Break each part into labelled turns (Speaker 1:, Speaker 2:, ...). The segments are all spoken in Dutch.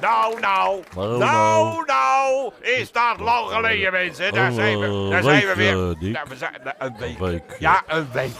Speaker 1: nou, nou.
Speaker 2: Nou,
Speaker 1: Nou,
Speaker 2: nou.
Speaker 1: nou. Is dat lang geleden, mensen. Daar
Speaker 2: Oh,
Speaker 1: zijn we,
Speaker 2: eh,
Speaker 1: daar zijn we
Speaker 2: week,
Speaker 1: weer.
Speaker 2: eh, Dick.
Speaker 1: Nou, we zijn- nou, een week.
Speaker 2: week,
Speaker 1: Ja, een week.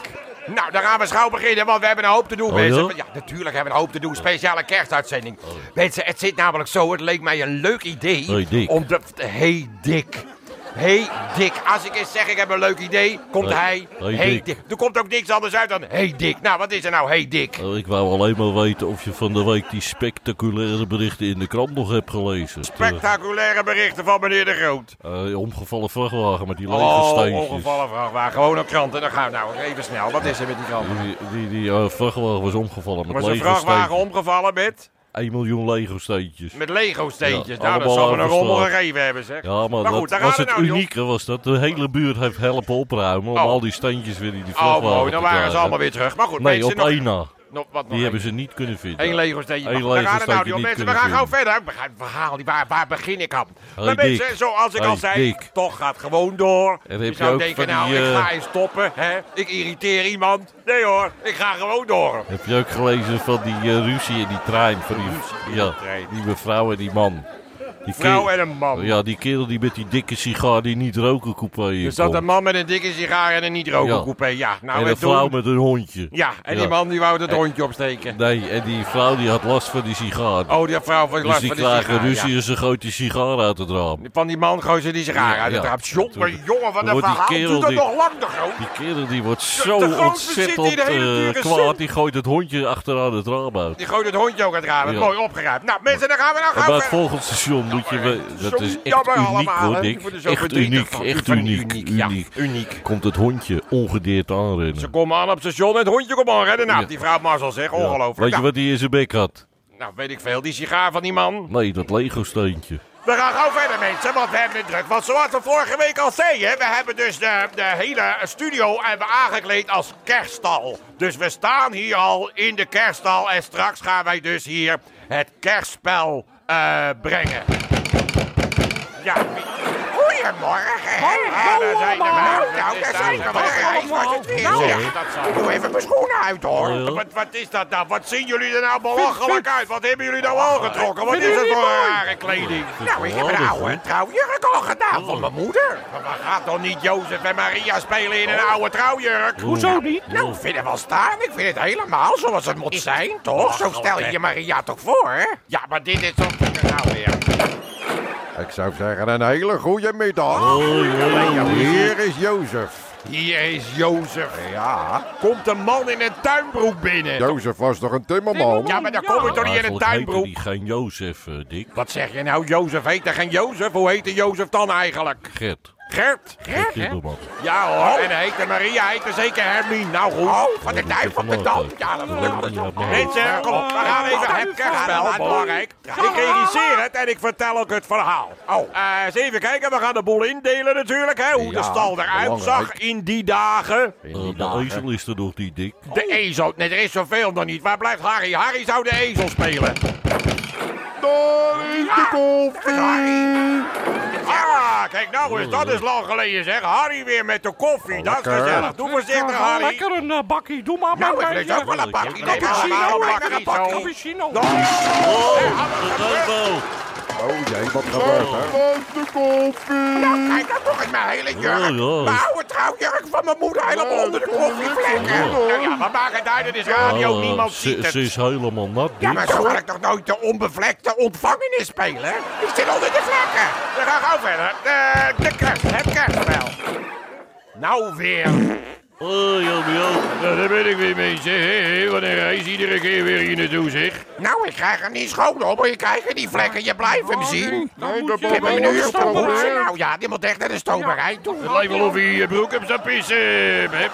Speaker 1: Nou, dan gaan we schouw beginnen, want we hebben een hoop te doen,
Speaker 2: Oh,
Speaker 1: mensen.
Speaker 2: ja?
Speaker 1: Ja, natuurlijk hebben we een hoop te doen. Speciale kerstuitzending. Mensen, het zit namelijk zo. Het leek mij een leuk idee.
Speaker 2: Hey, Dick.
Speaker 1: Om de... Hey, Dick. Hey, Dick. Als ik eens zeg, ik heb een leuk idee, komt
Speaker 2: Hey,
Speaker 1: hij.
Speaker 2: hey, Dick.
Speaker 1: Er komt ook niks anders uit dan... Hey, Dick. Nou, wat is er nou? Hey, Dick.
Speaker 2: Eh, Ik wou alleen maar weten of je van de week die spectaculaire berichten in de krant nog hebt gelezen.
Speaker 1: Spectaculaire berichten van meneer De Groot.
Speaker 2: Eh, eh, omgevallen vrachtwagen met die lege
Speaker 1: Oh,
Speaker 2: steentjes.
Speaker 1: ongevallen vrachtwagen. Gewoon een krant. En dan gaan we nou even snel. Wat is er met die krant?
Speaker 2: Die, die, die eh, vrachtwagen was omgevallen met
Speaker 1: Was een
Speaker 2: lege
Speaker 1: vrachtwagen
Speaker 2: steentjes.
Speaker 1: omgevallen met,
Speaker 2: 1 miljoen lego steentjes.
Speaker 1: met Lego-steentjes.
Speaker 2: Ja,
Speaker 1: nou, dat
Speaker 2: allemaal
Speaker 1: zal me een rommel
Speaker 2: overstraat.
Speaker 1: gegeven hebben, zeg. Oh,
Speaker 2: Ja, maar,
Speaker 1: Maar goed,
Speaker 2: dat
Speaker 1: daar
Speaker 2: was
Speaker 1: gaan
Speaker 2: het
Speaker 1: we nou, joh.
Speaker 2: unieke was dat de hele buurt heeft helpen opruimen om
Speaker 1: Oh.
Speaker 2: al die steentjes weer in die
Speaker 1: Oh,
Speaker 2: vrachtwagen
Speaker 1: mooi. Dan
Speaker 2: te
Speaker 1: waren ze
Speaker 2: krijgen.
Speaker 1: allemaal weer terug. Maar goed,
Speaker 2: Nee,
Speaker 1: mensen,
Speaker 2: op
Speaker 1: nog,
Speaker 2: één na.
Speaker 1: nog, wat nog
Speaker 2: Die hebben ze niet kunnen vinden.
Speaker 1: Eén Lego-steentje.
Speaker 2: Eén
Speaker 1: Maar we gaan er nou,
Speaker 2: Lego-steentje
Speaker 1: joh.
Speaker 2: niet
Speaker 1: Mensen, we
Speaker 2: kunnen
Speaker 1: gaan gauw
Speaker 2: vinden.
Speaker 1: verder. Ik begrijp het verhaal niet. Waar, waar begin ik aan?
Speaker 2: Hey,
Speaker 1: maar mensen,
Speaker 2: Dick.
Speaker 1: zoals ik
Speaker 2: Hey,
Speaker 1: al zei,
Speaker 2: Dick.
Speaker 1: toch gaat gewoon door.
Speaker 2: heb
Speaker 1: je
Speaker 2: je
Speaker 1: zou
Speaker 2: ook
Speaker 1: denken,
Speaker 2: van die,
Speaker 1: nou, ik
Speaker 2: eh,
Speaker 1: ga eens stoppen. Hè? Ik irriteer iemand. Nee hoor, ik ga gewoon door.
Speaker 2: Heb je ook gelezen van die eh, ruzie in die trein? Van die, ja,
Speaker 1: trein.
Speaker 2: die mevrouw en die man. Die
Speaker 1: Vrouw
Speaker 2: kerel-
Speaker 1: Nou en een man.
Speaker 2: Oh, Ja, die kerel die met die dikke sigaar die niet roken eh, coupé
Speaker 1: Er zat een
Speaker 2: een
Speaker 1: man met een dikke sigaar en een niet-roken
Speaker 2: Ja.
Speaker 1: coupé. Ja, nou,
Speaker 2: en
Speaker 1: en
Speaker 2: een vrouw
Speaker 1: toen...
Speaker 2: met een hondje.
Speaker 1: Ja, en
Speaker 2: Ja.
Speaker 1: die man die wou het hondje opsteken.
Speaker 2: Nee, en die vrouw die had last van die sigaar.
Speaker 1: Oh, die vrouw van
Speaker 2: dus
Speaker 1: last
Speaker 2: die
Speaker 1: van de
Speaker 2: klagen
Speaker 1: sigaar.
Speaker 2: ruzie
Speaker 1: ja.
Speaker 2: en ze gooit die sigaar uit het raam.
Speaker 1: Van die man gooi ze die sigaar
Speaker 2: Ja,
Speaker 1: uit het
Speaker 2: ja.
Speaker 1: raam. Jongen,
Speaker 2: Toen-
Speaker 1: jongen, wat
Speaker 2: toen
Speaker 1: een
Speaker 2: wordt die
Speaker 1: verhaal.
Speaker 2: kerel
Speaker 1: Doe dat
Speaker 2: die-
Speaker 1: nog lang de groot.
Speaker 2: Die kerel die wordt
Speaker 1: De-
Speaker 2: zo
Speaker 1: de grootste zit
Speaker 2: ontzettend
Speaker 1: in de hele
Speaker 2: eh,
Speaker 1: dure zin.
Speaker 2: kwaad. Die gooit het hondje achteraan het raam uit.
Speaker 1: Die gooit het hondje ook aan het raam.
Speaker 2: Ja.
Speaker 1: Mooi opgeruimd. Nou, mensen, dan gaan we nou
Speaker 2: En bij
Speaker 1: gauw
Speaker 2: het
Speaker 1: verder.
Speaker 2: volgende station moet je...
Speaker 1: Jammer,
Speaker 2: we-
Speaker 1: hè.
Speaker 2: Dat
Speaker 1: Zo
Speaker 2: is echt
Speaker 1: jammer
Speaker 2: uniek
Speaker 1: allemaal, hè.
Speaker 2: hoor,
Speaker 1: Ik
Speaker 2: Dick.
Speaker 1: word er zo
Speaker 2: Echt
Speaker 1: verdrietig
Speaker 2: uniek,
Speaker 1: van.
Speaker 2: echt
Speaker 1: Van
Speaker 2: uniek,
Speaker 1: ja,
Speaker 2: uniek.
Speaker 1: uniek.
Speaker 2: Komt het hondje ongedeerd aanrennen.
Speaker 1: Ze komen aan op het station en het hondje komt aanrennen. Nou,
Speaker 2: Ja.
Speaker 1: die vrouw Marcel zegt,
Speaker 2: Ja.
Speaker 1: ongelooflijk.
Speaker 2: Weet je
Speaker 1: Nou,
Speaker 2: wat hij in zijn bek had?
Speaker 1: nou, weet ik veel, die sigaar van die man.
Speaker 2: Nee, dat Lego-steentje.
Speaker 1: We gaan gauw verder, mensen, want we hebben het druk. Want zoals we vorige week al zeiden, we hebben dus de, de hele studio hebben aangekleed als kerststal. Dus we staan hier al in de kerststal en straks gaan wij dus hier het kerstspel eh, brengen. Ja, wie- goedemorgen. hè. Ja, daar zijn we. Nou, daar zijn we. Wat een reis was het weer,
Speaker 2: Nou,
Speaker 1: zeg. Dat zal- Ik doe even mijn schoenen uit, hoor.
Speaker 2: Oh, ja.
Speaker 1: Wat, wat is dat nou? Wat zien jullie er nou belachelijk uit? Wat hebben jullie nou aangetrokken? Wat is dat voor rare kleding? Nou, ik heb een oude trouwjurk al gedaan van mijn moeder. Maar waar gaat dan niet Jozef en Maria spelen in een oude trouwjurk?
Speaker 2: Hoezo niet?
Speaker 1: Nou, ik vind het wel staan. Ik vind het helemaal zoals het moet zijn, toch? Zo stel je je Maria toch voor, hè? Ja, maar dit is toch... Nou weer.
Speaker 3: Ik zou zeggen een hele goede middag. Hier is Jozef.
Speaker 1: Hier is Jozef.
Speaker 3: Ja,
Speaker 1: Komt een man in een tuinbroek binnen.
Speaker 3: Jozef was toch een timmerman?
Speaker 1: Ja, maar dan kom je toch niet in een
Speaker 2: Eigenlijk heette
Speaker 1: tuinbroek?
Speaker 2: die geen Jozef, eh, Dick.
Speaker 1: Wat zeg je nou? Jozef heet er geen Jozef? Hoe heette Jozef dan eigenlijk?
Speaker 2: Gert.
Speaker 1: Gert? Gert, hè?
Speaker 2: Kinderman.
Speaker 1: Ja hoor, en hij heette Maria, hij heette zeker Hermine. Nou goed. Oh, van de duivel de dood. Ja, dat
Speaker 2: Ja,
Speaker 1: lukt
Speaker 2: ja, maar- eh,
Speaker 1: Mensen, kom op, we gaan even het kerstspel, belangrijk. Ik regisseer het en ik vertel ook het verhaal. Oh, eh, eens even kijken, we gaan de boel indelen natuurlijk, hè. Hoe de
Speaker 3: Ja,
Speaker 1: stal eruit zag
Speaker 3: belangrijk.
Speaker 1: in die dagen.
Speaker 3: In die
Speaker 2: Eh, de
Speaker 3: dagen.
Speaker 2: ezel is er nog niet, Dick.
Speaker 1: De ezel, nee, er is zoveel nog niet. Waar blijft Harry? Harry zou de ezel spelen.
Speaker 3: Daar is de koffie.
Speaker 1: Ah, kijk nou eens, dat is lang geleden zeg. Harry weer met de koffie, dat is
Speaker 3: Oh, lekker.
Speaker 1: gezellig. Doe voorzichtig, nou, Harry.
Speaker 4: Lekker een eh, bakkie, doe maar
Speaker 1: Nou, ik
Speaker 4: maar.
Speaker 1: lees ook wel een bakkie. Nee, allemaal
Speaker 4: Cappuccino,
Speaker 1: bakkie,
Speaker 4: lekker een bak
Speaker 1: zo.
Speaker 4: cappuccino.
Speaker 1: Nou,
Speaker 2: Lego!
Speaker 3: Oh jee, wat gebeurt er? Daar is de koffie.
Speaker 1: Kijk, dat toch in mijn hele jurk.
Speaker 2: Oh, ja.
Speaker 1: Mijn oude trouwjurk van mijn moeder helemaal
Speaker 3: Ja,
Speaker 1: onder de
Speaker 3: dat komt
Speaker 1: koffievlekken.
Speaker 3: niet goed, hoor.
Speaker 1: Nou ja, maar maak het uit, het is radio,
Speaker 2: Eh,
Speaker 1: niemand
Speaker 2: ze-
Speaker 1: ziet
Speaker 2: Ze
Speaker 1: het.
Speaker 2: is helemaal nat,
Speaker 1: Ja,
Speaker 2: Dick.
Speaker 1: maar zo kan ik toch nooit de onbevlekte ontvangenis spelen? hè? Ik zit onder de vlekken. We gaan gauw verder. De, de kerst, het kerstspel. Nou weer.
Speaker 2: Oh, jammer, jammer.
Speaker 1: Ja, daar ben ik weer mee, zeg. wanneer hij is iedere keer weer hier naartoe, zeg. Nou, ik krijg hem niet schoon op, maar je krijgt er die vlekken, je blijft hem zien.
Speaker 3: Nee,
Speaker 4: moet
Speaker 3: dat
Speaker 4: je
Speaker 1: Ik heb hem
Speaker 3: moet
Speaker 1: een
Speaker 4: wel
Speaker 1: uur op de
Speaker 4: stoppen,
Speaker 1: poetsen.
Speaker 4: hè?
Speaker 1: Nou ja, die moet echt naar de stomerij toe.
Speaker 4: Het lijkt wel of
Speaker 1: hij je broek op zijn pissen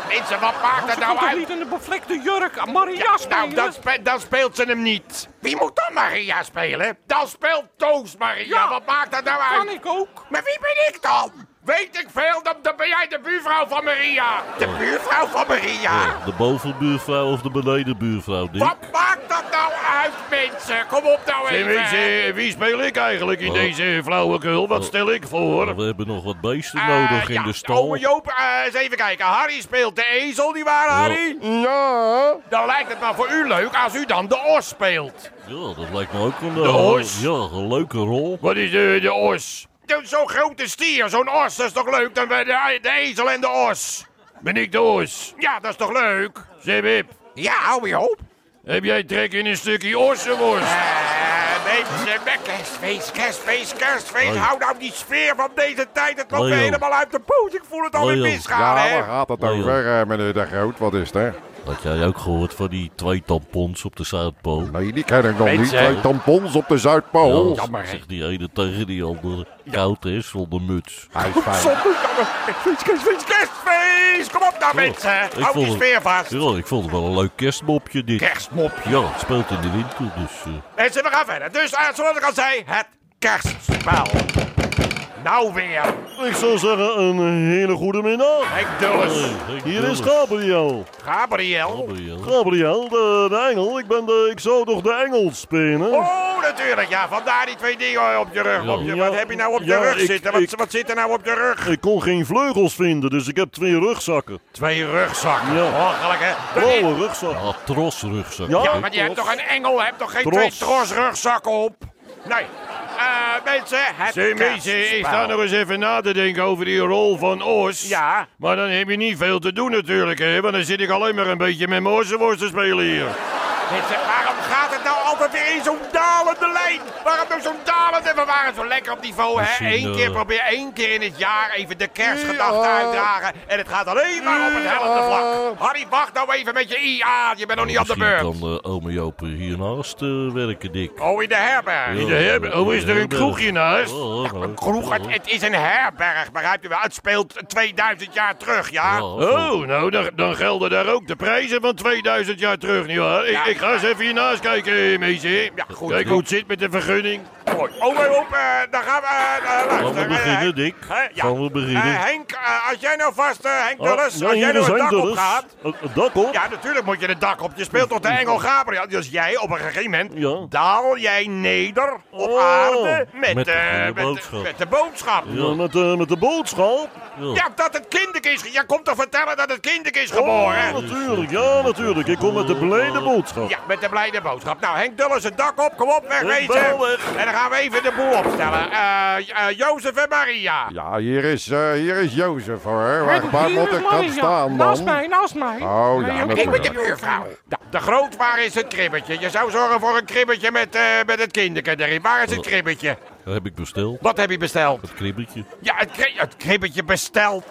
Speaker 1: Mensen, wat maakt dat
Speaker 4: Ze kan
Speaker 1: nou
Speaker 4: toch
Speaker 1: uit?
Speaker 4: niet in de bevlekte jurk aan Maria
Speaker 1: Ja, nou,
Speaker 4: spelen?
Speaker 1: dan, spe- dan speelt ze hem niet. Wie moet dan Maria spelen? Dan speelt Toos Maria.
Speaker 4: Ja.
Speaker 1: Wat maakt dat nou
Speaker 4: Kan
Speaker 1: uit?
Speaker 4: ik ook.
Speaker 1: Maar wie ben ik dan? Weet ik veel, dan, dan ben jij de buurvrouw van
Speaker 5: Oh.
Speaker 1: Maria. De buurvrouw van Maria?
Speaker 2: Eh, De bovenbuurvrouw of de benedenbuurvrouw, Dick?
Speaker 1: Wat maakt dat dat nou uit, mensen? Kom op nou
Speaker 5: Zeg,
Speaker 1: even.
Speaker 5: wie, eh, wie speel ik eigenlijk in
Speaker 2: Oh.
Speaker 5: deze flauwekul? Wat stel ik voor?
Speaker 2: We hebben nog wat beesten
Speaker 1: Eh,
Speaker 2: nodig
Speaker 1: ja,
Speaker 2: in de stal.
Speaker 1: Ome Joop, eh, eens even kijken. Harry speelt de ezel, nietwaar
Speaker 2: Oh.
Speaker 1: Harry?
Speaker 3: Ja,
Speaker 1: Dan lijkt het maar voor u leuk als u dan de os speelt.
Speaker 2: Ja, dat lijkt me ook een,
Speaker 5: De
Speaker 2: eh,
Speaker 5: os?
Speaker 2: ja, een leuke rol.
Speaker 5: Wat is de, de os?
Speaker 1: Dus Zo'n grote stier, zo'n os, dat is toch leuk? Dan ben je de, de ezel en de os.
Speaker 5: Ben ik de os?
Speaker 1: Ja, dat is toch leuk?
Speaker 5: Zeg, Wip,
Speaker 1: Ja, Ome Joop.
Speaker 5: heb jij trek in een stukje ossenworst?
Speaker 1: Eh, mensen, met kerstfeest, kerstfeest, kerstfeest.
Speaker 2: Hoi.
Speaker 1: Hou nou die sfeer van deze tijd. Het loopt
Speaker 2: Hoi,
Speaker 1: me
Speaker 2: joh.
Speaker 1: helemaal uit de poot. Ik voel het al
Speaker 2: Hoi,
Speaker 1: in
Speaker 2: joh.
Speaker 1: misgaan,
Speaker 3: ja
Speaker 1: hè?
Speaker 3: waar gaat het
Speaker 2: Nee,
Speaker 3: over, eh, meneer De Groot? Wat is er?
Speaker 2: Had jij ook gehoord van die twee tampons op de
Speaker 1: Oh,
Speaker 2: Zuidpool?
Speaker 3: Nee, die ken ik nog
Speaker 5: Weet
Speaker 3: niet.
Speaker 5: ze.
Speaker 3: Twee tampons op de Zuidpool.
Speaker 2: Ja, zegt die ene tegen die andere. Koud hè, zonder muts.
Speaker 3: Hij is fijn.
Speaker 1: Zondag, kerstfeest, kerstfeest, kerstfeest. Kom op nou, mensen.
Speaker 2: ik
Speaker 1: Hou
Speaker 2: vond
Speaker 1: die
Speaker 2: het-
Speaker 1: sfeer vast.
Speaker 2: Ja, ik vond het wel een leuk kerstmopje dit.
Speaker 1: Kerstmop.
Speaker 2: Ja, het speelt in de winter, dus... eh,
Speaker 1: Mensen, we gaan verder. Dus, eh, zoals ik al zei, het kerstspel. Nou weer.
Speaker 6: Ik zou zeggen, een hele goede middag.
Speaker 1: Ik dus.
Speaker 2: hey, ik
Speaker 6: Hier
Speaker 2: wil
Speaker 6: is
Speaker 2: het.
Speaker 6: Gabriel.
Speaker 1: Gabriel.
Speaker 2: Gabriel.
Speaker 6: Gabriel, de, de engel. Ik ben de... Ik zou toch de engel spelen?
Speaker 1: Oh, natuurlijk, ja. Vandaar die twee dingen op je rug.
Speaker 2: Ja.
Speaker 1: Op je,
Speaker 6: Ja,
Speaker 1: wat heb je nou op je
Speaker 6: ja,
Speaker 1: rug
Speaker 6: ik-
Speaker 1: zitten? Wat,
Speaker 6: ik-
Speaker 1: wat zit er nou op je rug?
Speaker 6: Ik kon geen vleugels vinden, dus ik heb twee rugzakken.
Speaker 1: Twee rugzakken.
Speaker 6: Ja.
Speaker 1: Belachelijk, hè? Dan
Speaker 6: Blauwe rugzak.
Speaker 2: Ah, trosrugzak.
Speaker 6: Ja,
Speaker 1: Ja,
Speaker 2: hè?
Speaker 1: maar je hebt toch een engel, hebt toch geen
Speaker 6: Tros.
Speaker 1: twee trosrugzakken op? Nee. Eh, mensen, het
Speaker 5: Zeg, mensen, ik sta nog eens even na te denken over die rol van os.
Speaker 1: Ja.
Speaker 5: Maar dan heb je niet veel te doen natuurlijk, hè? Want dan zit ik alleen maar een beetje met mijn ossenworst te spelen hier.
Speaker 1: Mensen, waarom gaat het nou altijd weer in zo'n dalende lijn? Waarom nou zo'n dalende? We waren zo lekker op niveau, hè?
Speaker 2: Misschien,
Speaker 1: Eén keer
Speaker 2: eh,
Speaker 1: probeer één keer in het jaar even de kerstgedachte uitdragen. En het gaat alleen maar op het hellende vlak. Harry, wacht nou even met je IA. Je bent nog niet op de
Speaker 2: Misschien
Speaker 1: beurt.
Speaker 2: kan eh, ome Joop hiernaast eh, werken, Dick.
Speaker 1: Oh, in de herberg.
Speaker 5: In de herberg. Oh, is er een kroegje naast?
Speaker 2: Oh, oh,
Speaker 1: Een kroeg, het, het is een herberg, begrijp je wel? Het speelt 2000 jaar terug, ja?
Speaker 2: Ja,
Speaker 5: Oh, nou, dan, dan gelden daar ook de prijzen van 2000 jaar terug, nietwaar? Ik,
Speaker 1: Ja.
Speaker 5: ik ga eens even hiernaast kijken, eh, meisje.
Speaker 1: Ja, goed.
Speaker 5: Kijk hoe het zit met de vergunning.
Speaker 1: Mooi. Oh, maar op, eh, dan gaan we... eh, eh, luister,
Speaker 2: Gaan we
Speaker 1: eh,
Speaker 2: beginnen,
Speaker 1: Henk.
Speaker 2: Dick?
Speaker 1: Hè, ja.
Speaker 2: Gaan we
Speaker 1: Eh,
Speaker 2: beginnen? Oh,
Speaker 1: Henk, eh, als jij nou vast, eh, Henk
Speaker 6: Ah,
Speaker 1: Dulles,
Speaker 6: ja,
Speaker 1: als jij
Speaker 6: hier
Speaker 1: nou
Speaker 6: is
Speaker 1: het
Speaker 6: Henk
Speaker 1: dak op
Speaker 6: Dulles.
Speaker 1: gaat...
Speaker 6: Eh, eh, Dak op?
Speaker 1: Ja, natuurlijk moet je het dak op. Je speelt toch de engel Gabriel? Dus jij op een gegeven moment
Speaker 6: Ja.
Speaker 1: daal jij neder op
Speaker 6: Oh.
Speaker 1: aarde met,
Speaker 2: Met de
Speaker 1: eh,
Speaker 2: goede
Speaker 1: met de-
Speaker 2: boodschap.
Speaker 1: met de boodschap.
Speaker 6: Ja, met, de,
Speaker 2: eh,
Speaker 6: met de boodschap?
Speaker 1: Ja, dat het kinderlijk is. Jij komt toch vertellen dat het kinderlijk is
Speaker 6: Ja,
Speaker 1: geboren?
Speaker 2: Oh.
Speaker 6: natuurlijk. Ja, natuurlijk. Ik kom met de blijde boodschap.
Speaker 1: Ja, met de blijde boodschap. Nou, Henk Dulles, het dak op, kom op, wegwezen.
Speaker 6: ben weg.
Speaker 1: En dan gaan we even de boel opstellen. Eh eh, Jozef en Maria.
Speaker 3: Ja, hier is, eh, hier is Jozef hoor. Waar,
Speaker 4: En
Speaker 3: waar
Speaker 4: hier
Speaker 3: moet
Speaker 4: is
Speaker 3: ik
Speaker 4: Maria.
Speaker 3: dan staan
Speaker 4: Naast
Speaker 3: dan?
Speaker 4: mij, naast mij.
Speaker 3: Oh,
Speaker 4: joh,
Speaker 3: ja,
Speaker 1: Ik
Speaker 3: natuurlijk.
Speaker 1: ben je buurvrouw. Nou, De groot, waar is het kribbetje? Je zou zorgen voor een kribbetje met, eh, met het kinderke erin. Waar is het kribbetje?
Speaker 2: Dat heb ik besteld.
Speaker 1: Wat heb je besteld?
Speaker 2: Het kribbeltje.
Speaker 1: Ja, het, kri- het kribbetje besteld.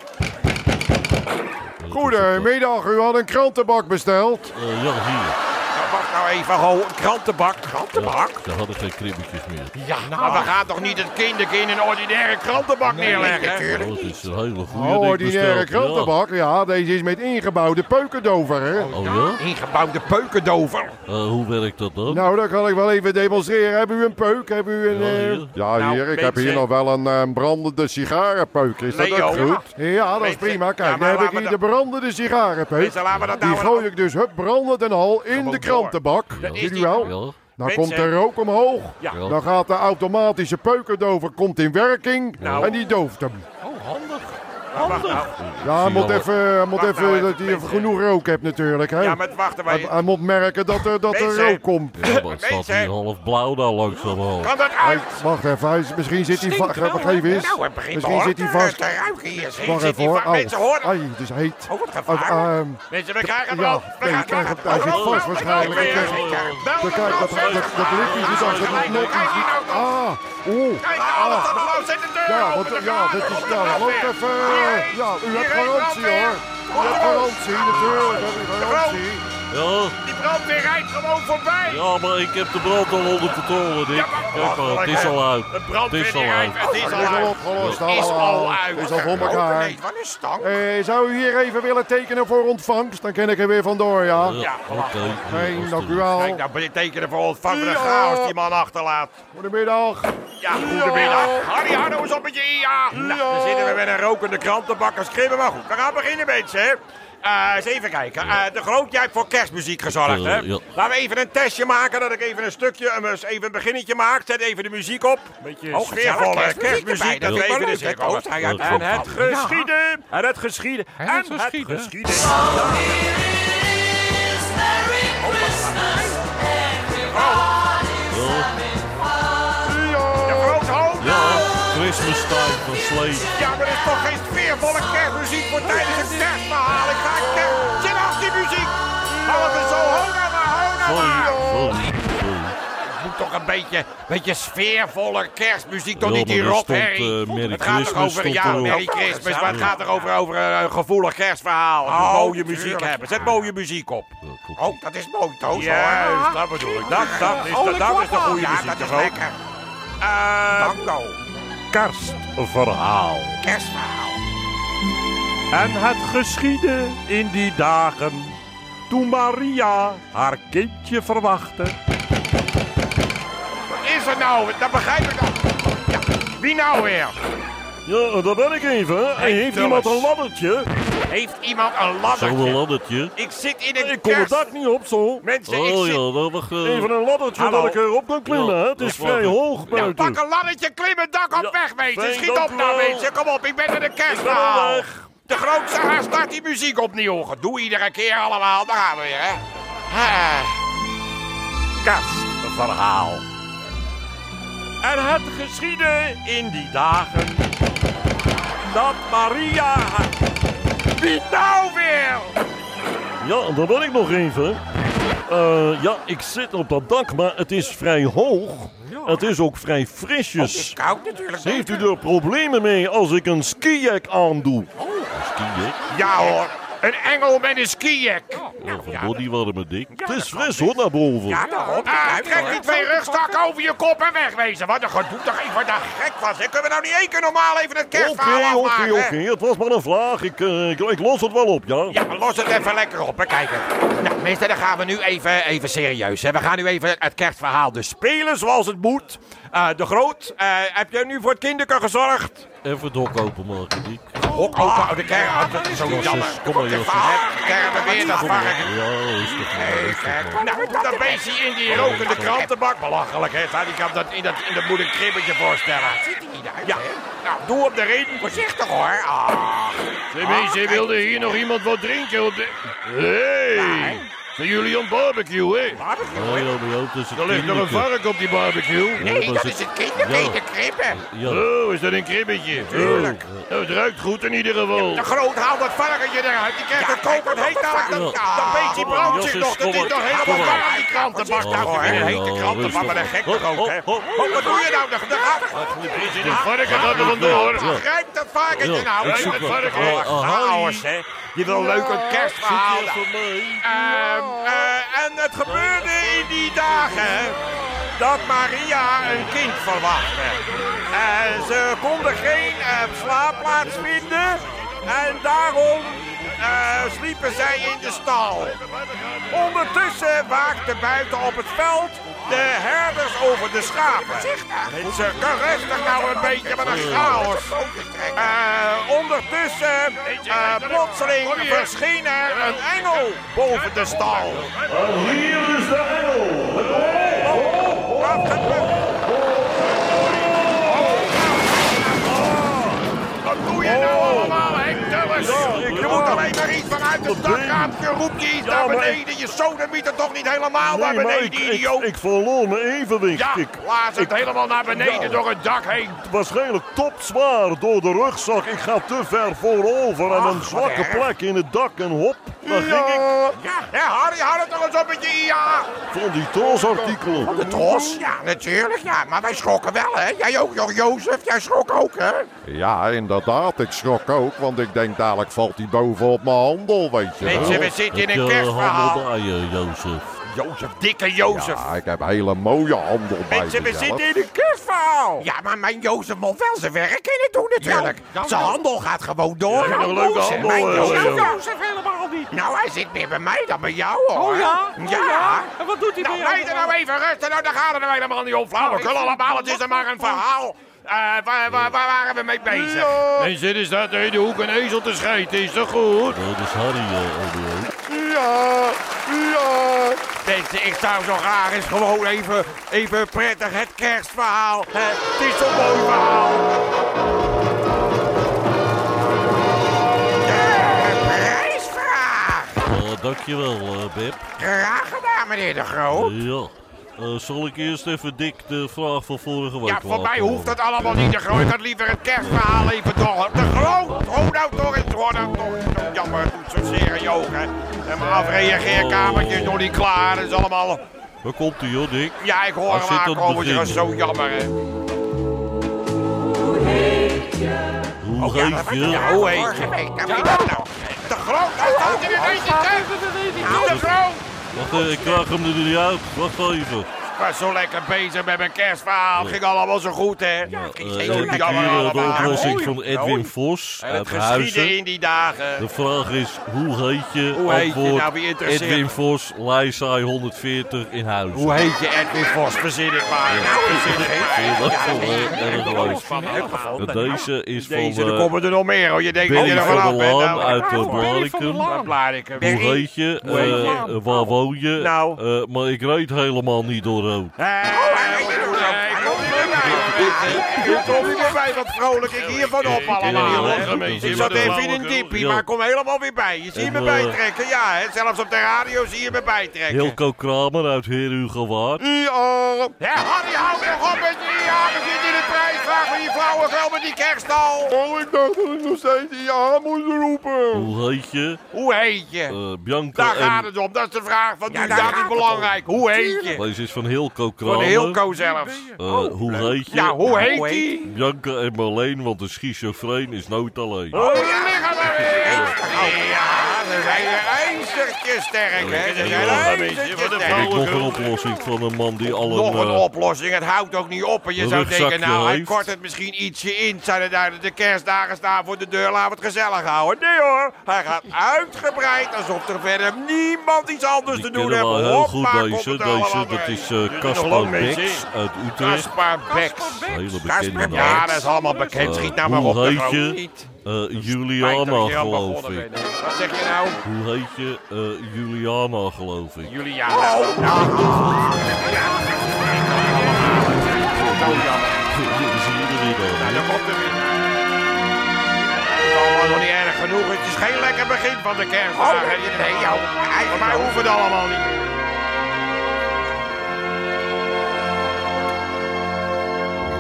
Speaker 3: Goedemiddag, u had een krantenbak besteld.
Speaker 2: Eh, ja, hier.
Speaker 1: Nou, wacht nou even, ho. Een Krantenbak. Krantenbak?
Speaker 2: Ze hadden geen kribbeltjes meer.
Speaker 1: Ja, nou. Maar we gaan toch niet het kinderke in een ordinaire krantenbak neerleggen?
Speaker 2: Oh, dat is een hele goede
Speaker 3: Oh,
Speaker 2: Dick
Speaker 3: ordinaire
Speaker 2: besteld. Ja.
Speaker 3: krantenbak. Ja, deze is met ingebouwde peukendover, hè.
Speaker 2: Oh ja?
Speaker 1: Ingebouwde peukendover.
Speaker 2: Eh, hoe werkt dat dan?
Speaker 3: Nou, dan kan ik wel even demonstreren. Hebben u een peuk? Hebben u een...
Speaker 2: Ja,
Speaker 3: eh,
Speaker 2: hier.
Speaker 3: Ja,
Speaker 1: Nou,
Speaker 3: hier. Ik heb
Speaker 1: mensen.
Speaker 3: hier nog wel een eh, brandende sigarenpeuk. Is dat
Speaker 1: Nee,
Speaker 3: ook
Speaker 1: joh.
Speaker 3: goed? Ja, dat is
Speaker 1: Mensen,
Speaker 3: prima.
Speaker 1: ja, maar
Speaker 3: Kijk, dan heb
Speaker 1: laten
Speaker 3: ik
Speaker 1: we
Speaker 3: hier de
Speaker 1: dat-
Speaker 3: brandende sigarenpeuk.
Speaker 1: Mensen, laten we dat nou
Speaker 3: Die
Speaker 1: maar-
Speaker 3: gooi ik dus hup, brandend en al in
Speaker 1: Gewoon
Speaker 3: de
Speaker 1: door.
Speaker 3: krantenbak.
Speaker 1: is
Speaker 3: Ziet u
Speaker 1: die-
Speaker 3: wel?
Speaker 2: Ja.
Speaker 3: Dan
Speaker 1: Mensen.
Speaker 3: komt de rook omhoog.
Speaker 1: Ja.
Speaker 2: Ja.
Speaker 3: Dan gaat de automatische peukendover komt in werking.
Speaker 1: Nou.
Speaker 3: En die dooft hem.
Speaker 1: Wacht nou.
Speaker 3: Ja, hij
Speaker 2: zie
Speaker 3: moet
Speaker 2: wel-
Speaker 3: even, hij moet
Speaker 1: Wacht
Speaker 3: even
Speaker 1: nou even,
Speaker 3: dat hij even
Speaker 1: mensen.
Speaker 3: genoeg rook hebt natuurlijk. Hè?
Speaker 1: Ja, maar wachten
Speaker 3: hij,
Speaker 1: wij.
Speaker 3: hij moet merken dat er, dat er
Speaker 1: Mensen.
Speaker 3: rook komt.
Speaker 2: Ja, maar het staat
Speaker 1: Mensen.
Speaker 2: hier half blauw daar langzamerhand.
Speaker 1: Kan dat uit?
Speaker 3: Wacht even, hij is- misschien zit hij
Speaker 4: Stinkt
Speaker 3: vast.
Speaker 4: wel, hè?
Speaker 3: Geef eens.
Speaker 1: Nou, het begint
Speaker 3: Misschien
Speaker 1: hoor,
Speaker 3: zit hij
Speaker 1: te-
Speaker 3: vast.
Speaker 1: te ruiken hier. Zit-
Speaker 3: Wacht
Speaker 1: zit
Speaker 3: even
Speaker 1: hij
Speaker 3: hoor.
Speaker 1: vast. Mensen,
Speaker 3: Au.
Speaker 1: hoor.
Speaker 3: Ai, het is heet.
Speaker 1: Oh, wat gevaarlijk.
Speaker 3: Ah, ehm,
Speaker 1: Mensen, we krijgen
Speaker 3: ja,
Speaker 1: wel.
Speaker 3: nee, we krijgen het. Hij zit vast waarschijnlijk. Ik krijg-
Speaker 1: We
Speaker 3: Kijk, dat, dat, dat lichtje is als het nog niet. Ah, oeh.
Speaker 1: Kijk, alles staat er langs in de deur.
Speaker 3: Ja,
Speaker 1: open
Speaker 3: want
Speaker 1: de
Speaker 3: ja,
Speaker 1: ramen,
Speaker 3: dat is
Speaker 1: open de
Speaker 3: daar. Loop
Speaker 1: brandweer.
Speaker 3: even.
Speaker 1: Hier heen,
Speaker 3: Ja, u
Speaker 1: hier
Speaker 3: hebt
Speaker 1: heen,
Speaker 3: garantie
Speaker 1: brandweer.
Speaker 3: hoor. U hebt garantie natuurlijk. Heb u garantie.
Speaker 2: Ja,
Speaker 1: Die brandweer rijdt gewoon voorbij.
Speaker 2: ja, maar ik heb de brand al onder controle, Dick.
Speaker 1: maar-
Speaker 2: Kijk maar, het is al uit.
Speaker 1: De
Speaker 2: Het
Speaker 1: brandweer
Speaker 2: is al
Speaker 1: die
Speaker 2: uit.
Speaker 1: rijdt. Het is
Speaker 3: Het
Speaker 1: al
Speaker 3: is al
Speaker 1: uit.
Speaker 3: opgelost.
Speaker 1: Het is al
Speaker 3: allemaal.
Speaker 1: uit.
Speaker 3: Het is al voor
Speaker 1: Oh,
Speaker 3: elkaar.
Speaker 1: nee, Wat een stank.
Speaker 3: Eh, zou u hier even willen tekenen voor ontvangst? Dan ken ik er weer vandoor, ja.
Speaker 1: Ja,
Speaker 2: oké.
Speaker 3: Fijn,
Speaker 2: Ja, alsjeblieft.
Speaker 3: dank u
Speaker 1: Kijk, nou,
Speaker 3: wel.
Speaker 1: dat betekent voor ons van de
Speaker 3: Ja.
Speaker 1: chaos die man achterlaat.
Speaker 3: Goedemiddag.
Speaker 1: Ja, goedemiddag. Harry, hou eens op met je IA. Nou, dan zitten we met een rokende krantenbak als kribben. Maar goed, we gaan beginnen, mensen. hè. Eh, eens even kijken. Eh, de groot, jij hebt voor kerstmuziek gezorgd,
Speaker 2: Eh,
Speaker 1: hè?
Speaker 2: ja.
Speaker 1: Laten we even een testje maken, dat ik even een stukje, eh, eens even een beginnetje maak. Zet even de muziek op.
Speaker 5: Beetje
Speaker 1: Oh, sfeervolle
Speaker 5: kerstmuziek
Speaker 1: kerstmuziek, dat
Speaker 5: erbij,
Speaker 1: we
Speaker 5: dat
Speaker 1: even
Speaker 5: is
Speaker 1: de
Speaker 5: wel
Speaker 1: zin
Speaker 5: leuk, hè, Toos?
Speaker 1: komen.
Speaker 2: Ja,
Speaker 1: En het
Speaker 2: klopt.
Speaker 1: geschieden. En het geschieden. En het
Speaker 4: geschieden.
Speaker 1: geschieden. De groot hoofd.
Speaker 2: Ja, Christmas time van Slee.
Speaker 1: Ja, maar er is toch geen sfeervolle kerstmuziek voor tijdens een kerstverhaal. Ik ga een kerst... Zet af die muziek! Nou, wat is zo... Hou nou maar, hou nou maar!
Speaker 2: Sorry, sorry, sorry.
Speaker 1: moet toch een beetje, beetje sfeervolle kerstmuziek, toch
Speaker 2: Ja,
Speaker 1: niet die
Speaker 2: maar daar stond,
Speaker 1: rotherrie?
Speaker 2: eh, Merry
Speaker 1: het gaat toch
Speaker 2: Christmas
Speaker 1: over,
Speaker 2: stond
Speaker 1: ja,
Speaker 2: erop.
Speaker 1: Merry Christmas, maar het gaat toch over, over eh, een gevoelig
Speaker 2: Oh,
Speaker 1: kerstverhaal. Het moet mooie muziek
Speaker 5: Oh, tuurlijk.
Speaker 1: hebben, zet mooie muziek op.
Speaker 2: klopt.
Speaker 1: Oh, dat is mooi, Toos.
Speaker 5: Juist, dat bedoel
Speaker 1: Dat,
Speaker 5: ik.
Speaker 1: dat, is,
Speaker 4: Oh,
Speaker 1: dat, dat is de goede
Speaker 5: Ja,
Speaker 1: muziek,
Speaker 5: dat is
Speaker 1: Oh, toch ook?
Speaker 5: lekker.
Speaker 1: Eh,
Speaker 5: Kerstverhaal.
Speaker 1: kerstverhaal.
Speaker 5: En het geschiedde in die dagen toen Maria haar kindje verwachtte.
Speaker 1: Wat is er nou? Dat begrijp ik al. Ja, wie nou weer?
Speaker 6: Ja, daar ben ik even.
Speaker 1: Hey,
Speaker 6: Heeft
Speaker 1: Phyllis.
Speaker 6: iemand een laddertje?
Speaker 1: Heeft iemand een
Speaker 2: Zo'n
Speaker 1: laddertje?
Speaker 2: laddertje.
Speaker 1: Ik zit in een
Speaker 6: Ik kom het
Speaker 1: kerst...
Speaker 6: dak niet op zo.
Speaker 1: Mensen, ik
Speaker 2: Oh
Speaker 1: zit...
Speaker 2: ja, dat wacht. eh,
Speaker 6: Even een laddertje
Speaker 1: Hallo.
Speaker 6: dat ik erop kan klimmen.
Speaker 2: Ja,
Speaker 6: hè. Het
Speaker 2: dat
Speaker 6: is
Speaker 2: mag
Speaker 6: vrij
Speaker 2: ik.
Speaker 6: hoog
Speaker 1: Ja,
Speaker 6: buiten.
Speaker 1: pak een laddertje, klim het dak op
Speaker 6: Ja,
Speaker 1: weg, mensen.
Speaker 6: fijn,
Speaker 1: Schiet
Speaker 6: dank
Speaker 1: op
Speaker 6: u
Speaker 1: nou,
Speaker 5: eh,
Speaker 6: wel.
Speaker 1: mensen. Kom op, ik ben in de
Speaker 6: Ik ben
Speaker 1: kerstverhaal.
Speaker 6: onderweg.
Speaker 1: De grootste haar start die muziek opnieuw. Doe iedere keer allemaal. Daar gaan we weer, hè. Ah.
Speaker 5: Kerstverhaal. En het geschiedde in die dagen dat Maria...
Speaker 1: Wie nou weer?
Speaker 6: Ja, daar ben ik nog even. Eh, ja, ik zit op dat dak, maar het is vrij hoog. Het is ook vrij frisjes.
Speaker 1: Koud natuurlijk.
Speaker 6: Heeft u er problemen mee als ik een skijak aandoe?
Speaker 2: skiën.
Speaker 1: Ja hoor, een engel met een skijak.
Speaker 2: Of een bodywarmer dik.
Speaker 6: Het is fris hoor, naar boven.
Speaker 1: Ah, trek die twee rugstakken over je kop en wegwezen. Wat een gedoe toch, ik word daar gek van. zeg. Kunnen we nou niet één keer normaal even het kerstverhaal
Speaker 6: Oké,
Speaker 1: afmaken?
Speaker 6: oké,
Speaker 1: hè?
Speaker 6: oké. Het was maar een vraag. Ik, eh, ik, ik los het wel op, ja?
Speaker 1: Ja, maar los het even lekker op, hè. Kijk het. Nou, meester, dan gaan we nu even, even serieus, hè. We gaan nu even het kerstverhaal dus spelen zoals het moet. Eh, de Groot, eh, heb jij nu voor het kinderke gezorgd?
Speaker 2: Even het hok openmaken, Dick.
Speaker 1: Hok, oh, de kerk, oh, dat is zo
Speaker 2: Josses,
Speaker 1: jammer.
Speaker 2: kom maar,
Speaker 1: Kijk,
Speaker 2: Josses.
Speaker 1: ah, De kerk hebben weer dat varken.
Speaker 2: Ja, is toch
Speaker 1: Nee,
Speaker 2: wel.
Speaker 1: kijk, Nou, dat beestje in die rokende krantenbak. Belachelijk, hè. Staat die kan dat in dat, in dat moet een kribbetje voorstellen. Ziet hij niet uit, Ja. Nou, doe op de reden. Voorzichtig, hoor. Ah.
Speaker 5: Hey, mensen, wilde hier nog iemand wat drinken op de... Hey, zijn jullie aan barbecue, hè?
Speaker 6: Oh,
Speaker 2: Ja, ja, maar ja, het is
Speaker 5: Er
Speaker 2: een
Speaker 5: ligt nog een
Speaker 2: kinderke.
Speaker 5: vark op die barbecue.
Speaker 2: Ja,
Speaker 1: Nee,
Speaker 2: maar
Speaker 1: dat
Speaker 2: ze-
Speaker 1: is het kinderbeet,
Speaker 2: Ja.
Speaker 1: de kribben.
Speaker 2: Ja,
Speaker 5: Oh, is dat een kribbetje?
Speaker 1: Tuurlijk.
Speaker 5: Oh, het ruikt goed in ieder geval.
Speaker 1: De groot haal dat varkentje eruit. Die krijgt het kokend heet daar. Dat,
Speaker 2: Ja.
Speaker 1: dat beestje brandt zich
Speaker 2: Josses,
Speaker 1: nog. Dat
Speaker 2: kom
Speaker 1: is
Speaker 2: op.
Speaker 1: toch
Speaker 2: Kom
Speaker 1: helemaal
Speaker 2: op.
Speaker 1: warm aan die krantenbak.
Speaker 2: Oh,
Speaker 1: Daar
Speaker 2: oh,
Speaker 1: heb je een
Speaker 2: oh,
Speaker 1: hete
Speaker 2: oh,
Speaker 1: krantenbak.
Speaker 2: rustig.
Speaker 1: Maar een gek toch
Speaker 2: Oh,
Speaker 1: ook, hè?
Speaker 2: oh, oh,
Speaker 1: Oh, Wat doe je nou? De- De gaat.
Speaker 5: De varken gaat er vandoor.
Speaker 2: Ja.
Speaker 1: Grijp dat varkentje
Speaker 2: Ja,
Speaker 1: nou.
Speaker 2: ik
Speaker 1: Grijp
Speaker 2: zoek
Speaker 1: dat
Speaker 2: wel.
Speaker 1: varkentje.
Speaker 2: Oh, oh,
Speaker 1: Nou,
Speaker 2: hi.
Speaker 1: jongens, hè. Je wil leuk een kerstverhaal.
Speaker 2: Zoek je even mee.
Speaker 1: Ehm, eh, en het gebeurde in die dagen dat Maria een kind verwachtte. Eh, ze konden geen eh, slaapplaats vinden en daarom eh, sliepen zij in de stal. Ondertussen waakten buiten op het veld de herders over de schapen. Ze kan rustig nou een beetje met een chaos. Eh, ondertussen, eh, plotseling verscheen er een engel boven de stal.
Speaker 6: En hier is de engel.
Speaker 1: Wat gebeurt- Wat doe je nou allemaal, Henk Dulles? Je moet alleen maar iets vanuit de stadraapje roept je iets naar
Speaker 6: maar ik-
Speaker 1: beneden. Je sodemiet er toch niet helemaal naar
Speaker 6: Nee, maar
Speaker 1: beneden,
Speaker 6: ik, ik,
Speaker 1: idioot?
Speaker 6: ik verloor mijn evenwicht.
Speaker 1: Ja,
Speaker 6: Ik,
Speaker 1: laat het helemaal naar beneden
Speaker 6: Ja.
Speaker 1: door het dak heen.
Speaker 6: waarschijnlijk topzwaar door de rugzak. Ik ga te ver voorover en een
Speaker 1: wat
Speaker 6: zwakke
Speaker 1: erg.
Speaker 6: plek in het dak. En hop, daar ging ik.
Speaker 1: Ja, hè, Harry, hou het toch eens op met je IA.
Speaker 6: Van die trosartikelen.
Speaker 1: De tros? Ja, natuurlijk, ja. Maar wij schrokken wel, hè? Jij ook, joh, Jozef, jij schrok ook, hè?
Speaker 3: Ja, inderdaad. Ik schrok ook, want ik denk dadelijk valt hij boven op mijn handel, weet je wel.
Speaker 1: Mensen, we zitten in
Speaker 2: Heb
Speaker 1: een
Speaker 2: je handel
Speaker 1: kerstverhaal.
Speaker 2: bij je, Jozef?
Speaker 1: Jozef, dikke Jozef.
Speaker 3: Ja, ik heb hele mooie handel bij
Speaker 1: Mensen, we
Speaker 3: mezelf.
Speaker 1: zitten in een kerstverhaal. Ja, maar mijn Jozef moet wel zijn werk in het doen, natuurlijk. zijn handel gaat gewoon door.
Speaker 5: Ja,
Speaker 1: Nou,
Speaker 5: een leuke
Speaker 1: Jozef,
Speaker 5: handel,
Speaker 1: mijn
Speaker 5: eh,
Speaker 1: Jozef.
Speaker 5: Jozef.
Speaker 4: Jozef helemaal niet.
Speaker 1: Nou, hij zit meer bij mij dan bij jou, hoor.
Speaker 4: Oh ja? Oh ja? En wat doet hij bij
Speaker 1: Nou,
Speaker 4: jou
Speaker 1: meid,
Speaker 4: dan?
Speaker 1: nou even rustig. Nou, daar gaat het nou helemaal niet om. Flauwekul allemaal. Het is er maar een verhaal. Eh, waar, waar, waar waren we mee bezig?
Speaker 5: Mensen, er staat er in de hoek een ezel te schijten. Is dat goed?
Speaker 2: Dat is Harry, eh, Aldo.
Speaker 1: Ja, ja. Mensen, ik zou zo graag eens gewoon even, even prettig het kerstverhaal. hè. Het is zo'n mooi verhaal. De prijsvraag.
Speaker 2: Eh, dankjewel, eh, Beb.
Speaker 1: Graag gedaan, meneer De Groot.
Speaker 2: Ja. Eh, zal ik eerst even Dick de vraag van vorige week
Speaker 1: Ja, voor mij
Speaker 2: laten
Speaker 1: hoeft
Speaker 2: horen?
Speaker 1: dat allemaal niet, De Groot. Ik had liever het kerstverhaal even door. De Groot! Oh, nou toch eens, hoor nou toch eens. Oh, Jammer, het doet zo'n serieus, hè. En mijn afreageerkamertje is nog niet klaar. Dat is allemaal...
Speaker 2: Waar komt hij, hoor, Dick?
Speaker 1: Ja, ik hoor
Speaker 2: Als
Speaker 1: hem
Speaker 2: dit het
Speaker 1: aankomen. Dat is
Speaker 2: begin-
Speaker 1: zo jammer, hè.
Speaker 2: Hoe
Speaker 1: Oh, ja, dat
Speaker 2: heet
Speaker 1: was
Speaker 2: je?
Speaker 1: ja, hoe heet je? Nou, wie dat nou? De groot, hij staat er ineens in thuis. De groot.
Speaker 2: Wacht even, ik krijg hem er niet uit. Wacht even.
Speaker 1: Ik was zo lekker bezig met mijn kerstverhaal. Het ging allemaal zo goed, hè?
Speaker 2: Ja,
Speaker 1: Het ging
Speaker 2: eh,
Speaker 1: zo
Speaker 2: heb ik
Speaker 1: jammer
Speaker 2: hier eh, de
Speaker 1: allemaal.
Speaker 2: oplossing
Speaker 1: Mooi.
Speaker 2: van Edwin Vos eh,
Speaker 1: En het
Speaker 2: uit
Speaker 1: geschieden
Speaker 2: Huizen.
Speaker 1: in die dagen.
Speaker 2: De vraag is, hoe heet je?
Speaker 1: Hoe heet je?
Speaker 2: Antwoord,
Speaker 1: Nou, wie interesseert
Speaker 2: Edwin
Speaker 1: me?
Speaker 2: Vos, Leijsaai 140 in Huizen.
Speaker 1: Hoe heet je Edwin Vos? Verzin ik maar. Nou, Verzin ik
Speaker 2: Heel
Speaker 1: maar.
Speaker 2: erg
Speaker 1: Ja,
Speaker 2: veel, eh,
Speaker 1: ik
Speaker 2: erg
Speaker 1: heb
Speaker 2: leuk.
Speaker 1: alles van eh, hem gevonden.
Speaker 2: Deze is
Speaker 1: Deze,
Speaker 2: van
Speaker 1: er
Speaker 2: eh,
Speaker 1: komen er nog meer. hoor. Je denkt dat je
Speaker 2: Berry
Speaker 1: er
Speaker 2: van
Speaker 1: vanaf
Speaker 2: der
Speaker 1: bent.
Speaker 2: Laan
Speaker 1: nou.
Speaker 2: uit eh,
Speaker 4: Oh, Berry van der
Speaker 2: Blaricum.
Speaker 4: Laan.
Speaker 1: Dat blaar Nou, ik hem.
Speaker 2: Hoe heet je?
Speaker 1: Hoe heet je?
Speaker 2: Eh, waar woon je?
Speaker 1: Nou.
Speaker 2: Eh, maar ik reed helemaal niet door rood.
Speaker 1: Oh, Kom hier bij, wat vrolijk ik hiervan op allemaal. hè. Ik zat even in een diepie, maar kom helemaal weer bij. Je ziet me bijtrekken, ja. Hè. Zelfs op de radio zie je me bijtrekken.
Speaker 2: Hilco Kramer uit Heer Waard.
Speaker 1: Mm. Ja, Harry, hou toch op met die ja, we zitten in de prijsvraag van die flauwekul met die kerstal.
Speaker 3: Oh, ik dacht dat ik nog steeds die ja moest roepen.
Speaker 2: Hoe heet je?
Speaker 1: Hoe heet je?
Speaker 2: Eh, Bianca
Speaker 1: Daar gaat
Speaker 2: en...
Speaker 1: het om, dat is de vraag van nu,
Speaker 4: daar
Speaker 1: dat
Speaker 4: gaat
Speaker 1: is
Speaker 4: het
Speaker 1: belangrijk. Hoe heet je?
Speaker 2: Deze is van Hilco Kramer.
Speaker 1: Van Hilco Oh, Nou. zelfs.
Speaker 2: Eh, hoe heet je?
Speaker 1: Ja, hoe heet
Speaker 4: Hoe heet
Speaker 1: die?
Speaker 2: Bianca en Marleen, want een schizofreen is nooit alleen.
Speaker 1: Oh, daar liggen we weer. Oh, Ja, ze zijn een ijzertje sterk, hè. Ze zijn
Speaker 2: Ja,
Speaker 1: een
Speaker 5: een beetje
Speaker 1: ijzertje
Speaker 5: voor de
Speaker 1: sterk.
Speaker 5: vrouw.
Speaker 2: Kijk, nog een oplossing van een man die al
Speaker 1: Nog een
Speaker 2: een... eh,
Speaker 1: oplossing, het houdt ook niet op. En je
Speaker 2: een
Speaker 1: zou denken,
Speaker 2: rugzakje
Speaker 1: nou, hij
Speaker 2: heeft.
Speaker 1: kort het misschien ietsje in. Zijn er daar de kerstdagen staan voor de deur, laten we het gezellig houden. Nee hoor, hij gaat uitgebreid, alsof er verder niemand iets anders
Speaker 2: die
Speaker 1: te doen
Speaker 2: kennen we
Speaker 1: heeft.
Speaker 2: al heel goed, deze. Deze, dat is eh, Caspar
Speaker 5: lang
Speaker 2: Beks
Speaker 5: mee, zie.
Speaker 2: uit Utrecht.
Speaker 1: Kaspar Beks.
Speaker 4: Kasper
Speaker 2: Een
Speaker 4: Beck.
Speaker 2: hele bekende
Speaker 1: Kaspar, ja,
Speaker 2: naam.
Speaker 1: dat is allemaal bekend.
Speaker 2: Eh,
Speaker 1: Schiet nou maar
Speaker 2: hoe
Speaker 1: op de
Speaker 2: heet
Speaker 1: groot.
Speaker 2: je?
Speaker 1: Niet.
Speaker 2: Eh,
Speaker 1: Spijt dat
Speaker 2: Juliana,
Speaker 1: je al
Speaker 2: geloof
Speaker 1: begonnen
Speaker 2: ik.
Speaker 1: bent. Wat zeg je nou?
Speaker 2: Hoe heet je? Eh, Juliana, geloof ik.
Speaker 1: Juliana. Oh, nou,
Speaker 2: Dit is hier weer dan.
Speaker 1: dan komt er weer. Het is allemaal nog niet erg genoeg. Het is geen lekker begin van de
Speaker 2: Oh.
Speaker 1: kerstdagen. nee, joh. Voor mij hoeft het allemaal niet.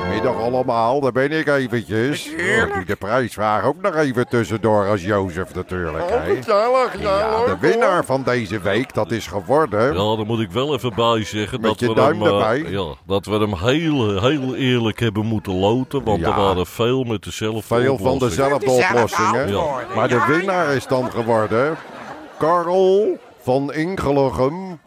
Speaker 3: Middag allemaal, daar ben ik eventjes. Ik doe de prijsvraag ook nog even tussendoor als Jozef natuurlijk. hè. ja, de winnaar van deze week, dat is geworden...
Speaker 2: Ja, dan moet ik wel even bij zeggen
Speaker 3: Met
Speaker 2: dat
Speaker 3: je
Speaker 2: we,
Speaker 3: duim
Speaker 2: hem, eh,
Speaker 3: erbij.
Speaker 2: ja, dat we hem heel, heel eerlijk hebben moeten loten. Want
Speaker 3: Ja.
Speaker 2: er waren veel met dezelfde
Speaker 3: Veel van
Speaker 2: oplossingen.
Speaker 3: dezelfde
Speaker 1: Dezelfde
Speaker 3: oplossingen.
Speaker 1: antwoorden.
Speaker 3: Maar de winnaar is dan geworden... Karel van Ingelogem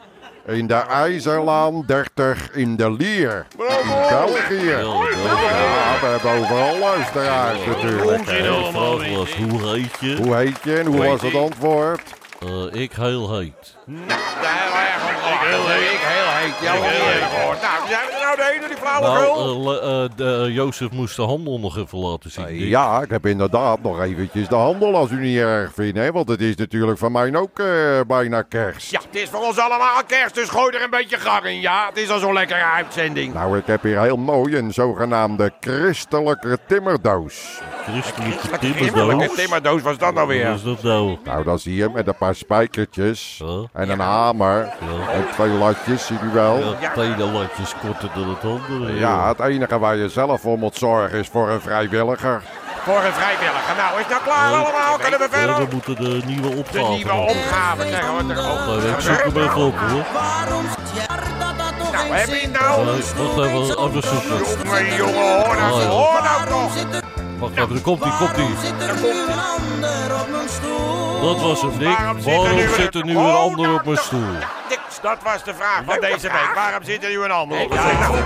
Speaker 3: in de IJzerlaan 30 in de Lier. In België.
Speaker 2: Ja, ja.
Speaker 3: Ja, we hebben overal luisteraars natuurlijk.
Speaker 5: Onzin
Speaker 3: hè.
Speaker 2: De
Speaker 5: allemaal,
Speaker 2: vraag
Speaker 5: weet
Speaker 2: was,
Speaker 5: je.
Speaker 2: hoe heet je?
Speaker 3: Hoe heet je en hoe was het antwoord?
Speaker 2: Eh, ik heel heet.
Speaker 1: Ja, heel erg
Speaker 5: Ik
Speaker 1: ongelachen.
Speaker 5: heel heet.
Speaker 1: Ik heel heet. Ja, wat
Speaker 5: heel
Speaker 1: eerlijk
Speaker 5: heet.
Speaker 1: hoor. Nou, zijn we er nou de heen door die
Speaker 2: Nou,
Speaker 1: flauwekul?
Speaker 2: eh, le- eh, de- eh, Jozef moest de handel nog even laten
Speaker 1: Ah,
Speaker 2: zien. Dick.
Speaker 3: Ja, ik heb inderdaad nog eventjes de handel als u niet erg vindt. Hè? Want het is natuurlijk van mij ook eh, bijna kerst.
Speaker 1: Ja, het is voor ons allemaal kerst, dus gooi er een beetje gang in, ja? Het is al zo'n lekkere uitzending.
Speaker 3: Nou, ik heb hier heel mooi een zogenaamde christelijke timmerdoos.
Speaker 2: Christelijke
Speaker 1: Welke
Speaker 2: timmerdoos.
Speaker 1: timmerdoos was dat nou
Speaker 2: Wat
Speaker 1: weer?
Speaker 2: is dat nou?
Speaker 3: Nou, dan zie je hem met een paar spijkertjes
Speaker 2: Ja.
Speaker 3: en een hamer
Speaker 2: Ja.
Speaker 3: en twee latjes, ziet u wel. Ja.
Speaker 2: Ja, het ene latje is korter dan het andere.
Speaker 3: het enige waar je zelf voor moet zorgen is voor een vrijwilliger.
Speaker 1: Voor een vrijwilliger. Nou, is dat klaar allemaal? Kunnen we
Speaker 2: Eh,
Speaker 1: verder?
Speaker 2: we moeten de nieuwe
Speaker 1: De
Speaker 2: opgave
Speaker 1: nieuwe
Speaker 2: nog.
Speaker 1: opgave krijgen we er ook.
Speaker 2: Eh, Ik zoek hem even op, hoor.
Speaker 7: Waarom sterft dat dat toch
Speaker 1: Nou,
Speaker 7: eens
Speaker 1: heb je
Speaker 7: in
Speaker 1: nou-
Speaker 7: de
Speaker 2: Eh, wacht even,
Speaker 7: zomer?
Speaker 2: oh, dat is een vlucht.
Speaker 1: Jongen, jongen, hoor nou, hoor nou
Speaker 7: Waarom
Speaker 1: toch.
Speaker 7: zit er,
Speaker 2: Wacht even, er komt die, komt die.
Speaker 7: waarom zit er nu een ander op mijn stoel?
Speaker 2: Dat was hem, Dick.
Speaker 1: Waarom zit er nu
Speaker 2: Waarom
Speaker 1: weer-
Speaker 2: zit er nu
Speaker 1: Oh,
Speaker 2: een ander
Speaker 1: nou
Speaker 2: op mijn
Speaker 1: toch.
Speaker 2: stoel?
Speaker 1: Ja, Dick, dat was de vraag van deze week. Waarom zit er nu een ander op? Ja, nou,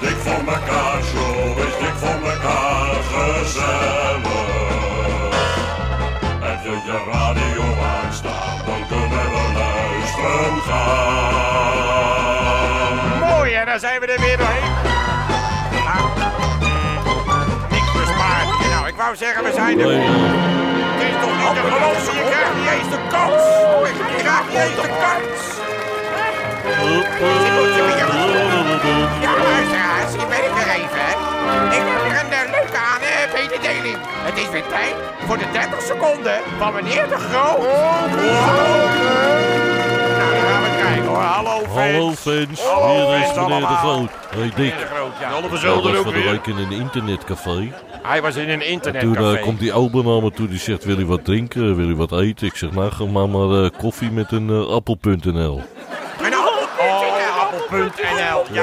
Speaker 8: Dik van elkaar, zo is dik van elkaar gezellig. En wil je radio aanstaan, dan kunnen we luisteren gaan.
Speaker 1: daar zijn we er weer doorheen. Nou, eh, niks bespaard. Nou, ik wou zeggen, we zijn er
Speaker 2: Nee,
Speaker 1: weer.
Speaker 2: eh,
Speaker 1: Het is toch niet te geloven, je krijgt niet eens de kans. Je krijgt niet eens de kans. Oh,
Speaker 2: eh, eh,
Speaker 1: Ja, luisteraars, hier ben ik weer even. Ik heb weer een eh, leuke aan, eh, mededeling. Het is weer tijd voor de 30 seconden van meneer de Groot. oh. Nou, dan gaan we kijken hoor. Hallo,
Speaker 2: Hallo
Speaker 1: fans.
Speaker 2: fans,
Speaker 1: Hallo,
Speaker 2: hier is
Speaker 1: fans
Speaker 2: meneer De
Speaker 1: allemaal.
Speaker 2: Groot. Hey Dick,
Speaker 1: Meneer de Groot, ja.
Speaker 5: Alle
Speaker 2: hij
Speaker 5: verzolder
Speaker 2: was
Speaker 5: ook
Speaker 2: van de
Speaker 5: weer.
Speaker 2: week in een internetcafé.
Speaker 1: Hij was in een
Speaker 2: Toen eh,
Speaker 1: internetcafé.
Speaker 2: komt die opa naar me toe, die zegt, wil je wat drinken, wil je wat eten? Ik zeg, nou, geef maar maar eh, koffie met een eh, appel.nl.
Speaker 1: Een Oh, appel.nl. Ja, ja,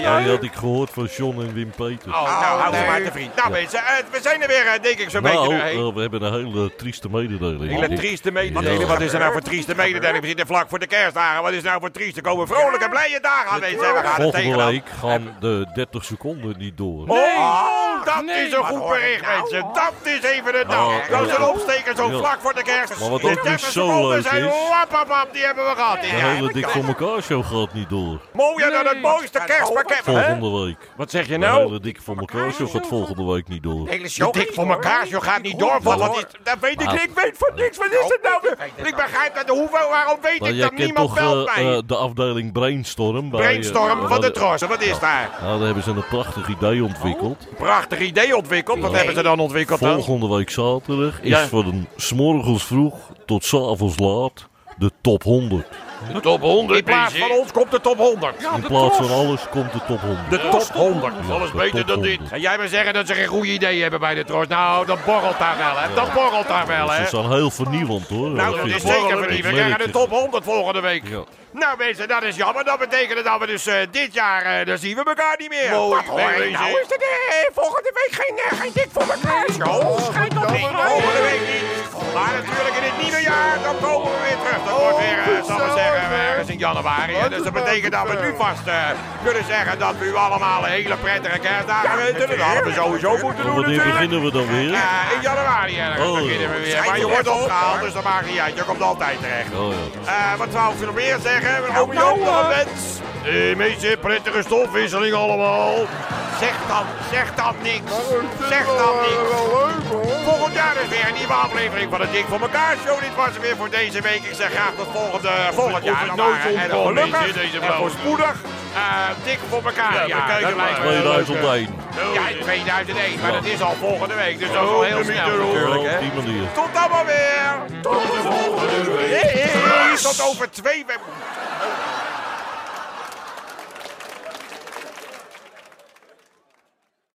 Speaker 1: ja.
Speaker 2: Hij Nou, had ik gehoord van John en Wim Peters.
Speaker 1: Oh, nou, hou ze maar te vriend. Nou mensen, eh, we zijn er weer, eh, denk ik, zo'n beetje
Speaker 2: Nou,
Speaker 1: doorheen.
Speaker 2: eh, we hebben een hele trieste mededeling.
Speaker 1: Hele
Speaker 2: Dick.
Speaker 1: trieste mededeling. Wat is er nou voor trieste mededeling? We zitten vlak voor de kerstdagen. Wat is er nou voor trieste? Er komen vrolijke, blije dagen aan mensen. En We gaan er
Speaker 2: Volgende
Speaker 1: tegenaan.
Speaker 2: week gaan de 30 seconden niet door.
Speaker 1: Oh, dat
Speaker 4: Ah, Nee.
Speaker 1: is een
Speaker 4: Wat
Speaker 1: goed
Speaker 4: hoor ik
Speaker 1: bericht,
Speaker 4: nou?
Speaker 1: mensen. Dat is even het
Speaker 2: Oh,
Speaker 1: dag. Dat is een
Speaker 2: ja.
Speaker 1: opsteker zo
Speaker 2: Ja.
Speaker 1: vlak voor de kerst.
Speaker 2: Maar wat
Speaker 1: De
Speaker 2: ook niet
Speaker 1: 30
Speaker 2: zo
Speaker 1: seconden
Speaker 2: leuk
Speaker 1: zijn
Speaker 2: is-
Speaker 1: wappapap, die hebben we gehad.
Speaker 2: De hele dik voor elkaar show gaat niet door.
Speaker 1: Mooier dan het
Speaker 4: Nee.
Speaker 1: mooiste kerstpakket. hè?
Speaker 2: Volgende week.
Speaker 1: Wat zeg je
Speaker 2: De
Speaker 1: nou?
Speaker 2: hele dik voor elkaar show gaat volgende week niet door.
Speaker 1: Hele show. Dik voor elkaar, zo gaat niet door.
Speaker 2: Wat Ah.
Speaker 1: Wat wat is, dat weet ik
Speaker 2: Maar-
Speaker 1: niet. Ik weet van niks. Wat is het nou weer? Ik begrijp dat. Hoeveel, waarom weet
Speaker 2: Maar
Speaker 1: ik
Speaker 2: Nou, jij
Speaker 1: dat?
Speaker 2: kent
Speaker 1: Niemand
Speaker 2: toch
Speaker 1: belt
Speaker 2: eh,
Speaker 1: mij.
Speaker 2: eh, de afdeling Brainstorm? bij, eh,
Speaker 1: Brainstorm
Speaker 2: waar
Speaker 1: van de Tros. Wat is daar?
Speaker 2: Nou, daar hebben ze een prachtig idee ontwikkeld.
Speaker 1: Prachtig idee ontwikkeld. Wat hebben ze dan ontwikkeld dan?
Speaker 2: Volgende week zaterdag is
Speaker 5: Ja.
Speaker 2: van s morgens vroeg tot s avonds laat de top 100.
Speaker 5: De top 100
Speaker 1: In plaats
Speaker 5: Pieter.
Speaker 1: van ons komt Ah, de top 100.
Speaker 4: Ja,
Speaker 2: In
Speaker 4: de
Speaker 2: plaats
Speaker 4: tros.
Speaker 2: van alles komt de top Dus 100.
Speaker 1: De top 100.
Speaker 2: Ja,
Speaker 5: alles
Speaker 2: de
Speaker 5: beter
Speaker 2: top
Speaker 5: dan dit.
Speaker 2: 100.
Speaker 1: En jij wil zeggen dat ze geen goed idee hebben bij de Tros. Nou, dat borrelt daar wel, hè? Dat borrelt daar wel,
Speaker 2: Ze
Speaker 1: hè?
Speaker 2: zijn heel vernieuwend hoor.
Speaker 1: Nou, dat
Speaker 2: vind
Speaker 1: is
Speaker 2: ik.
Speaker 1: zeker
Speaker 2: Ik
Speaker 1: verdiend. We
Speaker 2: merk
Speaker 1: krijgen de
Speaker 2: het.
Speaker 1: top 100 volgende week.
Speaker 2: Ja.
Speaker 1: Nou mensen, dat is jammer. Dat betekent dat we dus eh, dit jaar, eh, dan zien we elkaar niet meer.
Speaker 5: Mooi
Speaker 1: Wat hoor je
Speaker 5: wegwezen.
Speaker 1: nou is het eh, volgende week geen, eh, geen dik voor elkaar. Zo, schijnt dat niet. Volgende week niet. Maar natuurlijk in het nieuwe jaar, dan komen we weer terug. Dat wordt weer, eh, zal ik zeggen, eh, ergens in januari. hè. Dus dat betekent dat we nu vast eh, kunnen zeggen dat we u allemaal een hele prettige kerstdagen wensen. Dat hadden we sowieso moeten doen
Speaker 2: Wanneer
Speaker 1: natuurlijk.
Speaker 2: beginnen we dan weer?
Speaker 1: Eh, in januari ergens
Speaker 2: Oh, ja.
Speaker 1: beginnen we weer. Maar je wordt opgehaald, dus dat maakt niet uit. Je komt altijd terecht.
Speaker 2: Oh ja.
Speaker 1: Eh, wat zou ik nog meer zeggen? Oom Joop nog een wens?
Speaker 5: Hé, meisje, prettige stofwisseling allemaal.
Speaker 1: Zeg dan, zeg dan niks. Zeg dan niks. Volgend jaar is weer een nieuwe aflevering van de Dik voor elkaar show. Dit was hem weer voor deze week. Ik zeg graag tot volgende, volgend
Speaker 5: Of
Speaker 1: jaar.
Speaker 5: het
Speaker 1: Dan
Speaker 5: nooit
Speaker 1: maar, eh, en
Speaker 5: ontkwam,
Speaker 1: gelukkig
Speaker 5: mensen, deze
Speaker 1: en
Speaker 5: vrouw.
Speaker 1: voorspoedig. Eh dik voor elkaar. Ja,
Speaker 5: Ja, we kijken
Speaker 1: dat
Speaker 5: maar.
Speaker 1: lijkt me wel leuk, hè.
Speaker 2: 2001.
Speaker 1: Ja, in 2001, maar
Speaker 2: Ja.
Speaker 1: dat is al volgende week. Dus dat is al heel
Speaker 5: de
Speaker 1: snel
Speaker 5: meter hoor.
Speaker 1: natuurlijk,
Speaker 2: Ja,
Speaker 1: hè.
Speaker 2: Op die manier.
Speaker 1: Tot allemaal weer. Tot de volgende week. Tot over twee weken.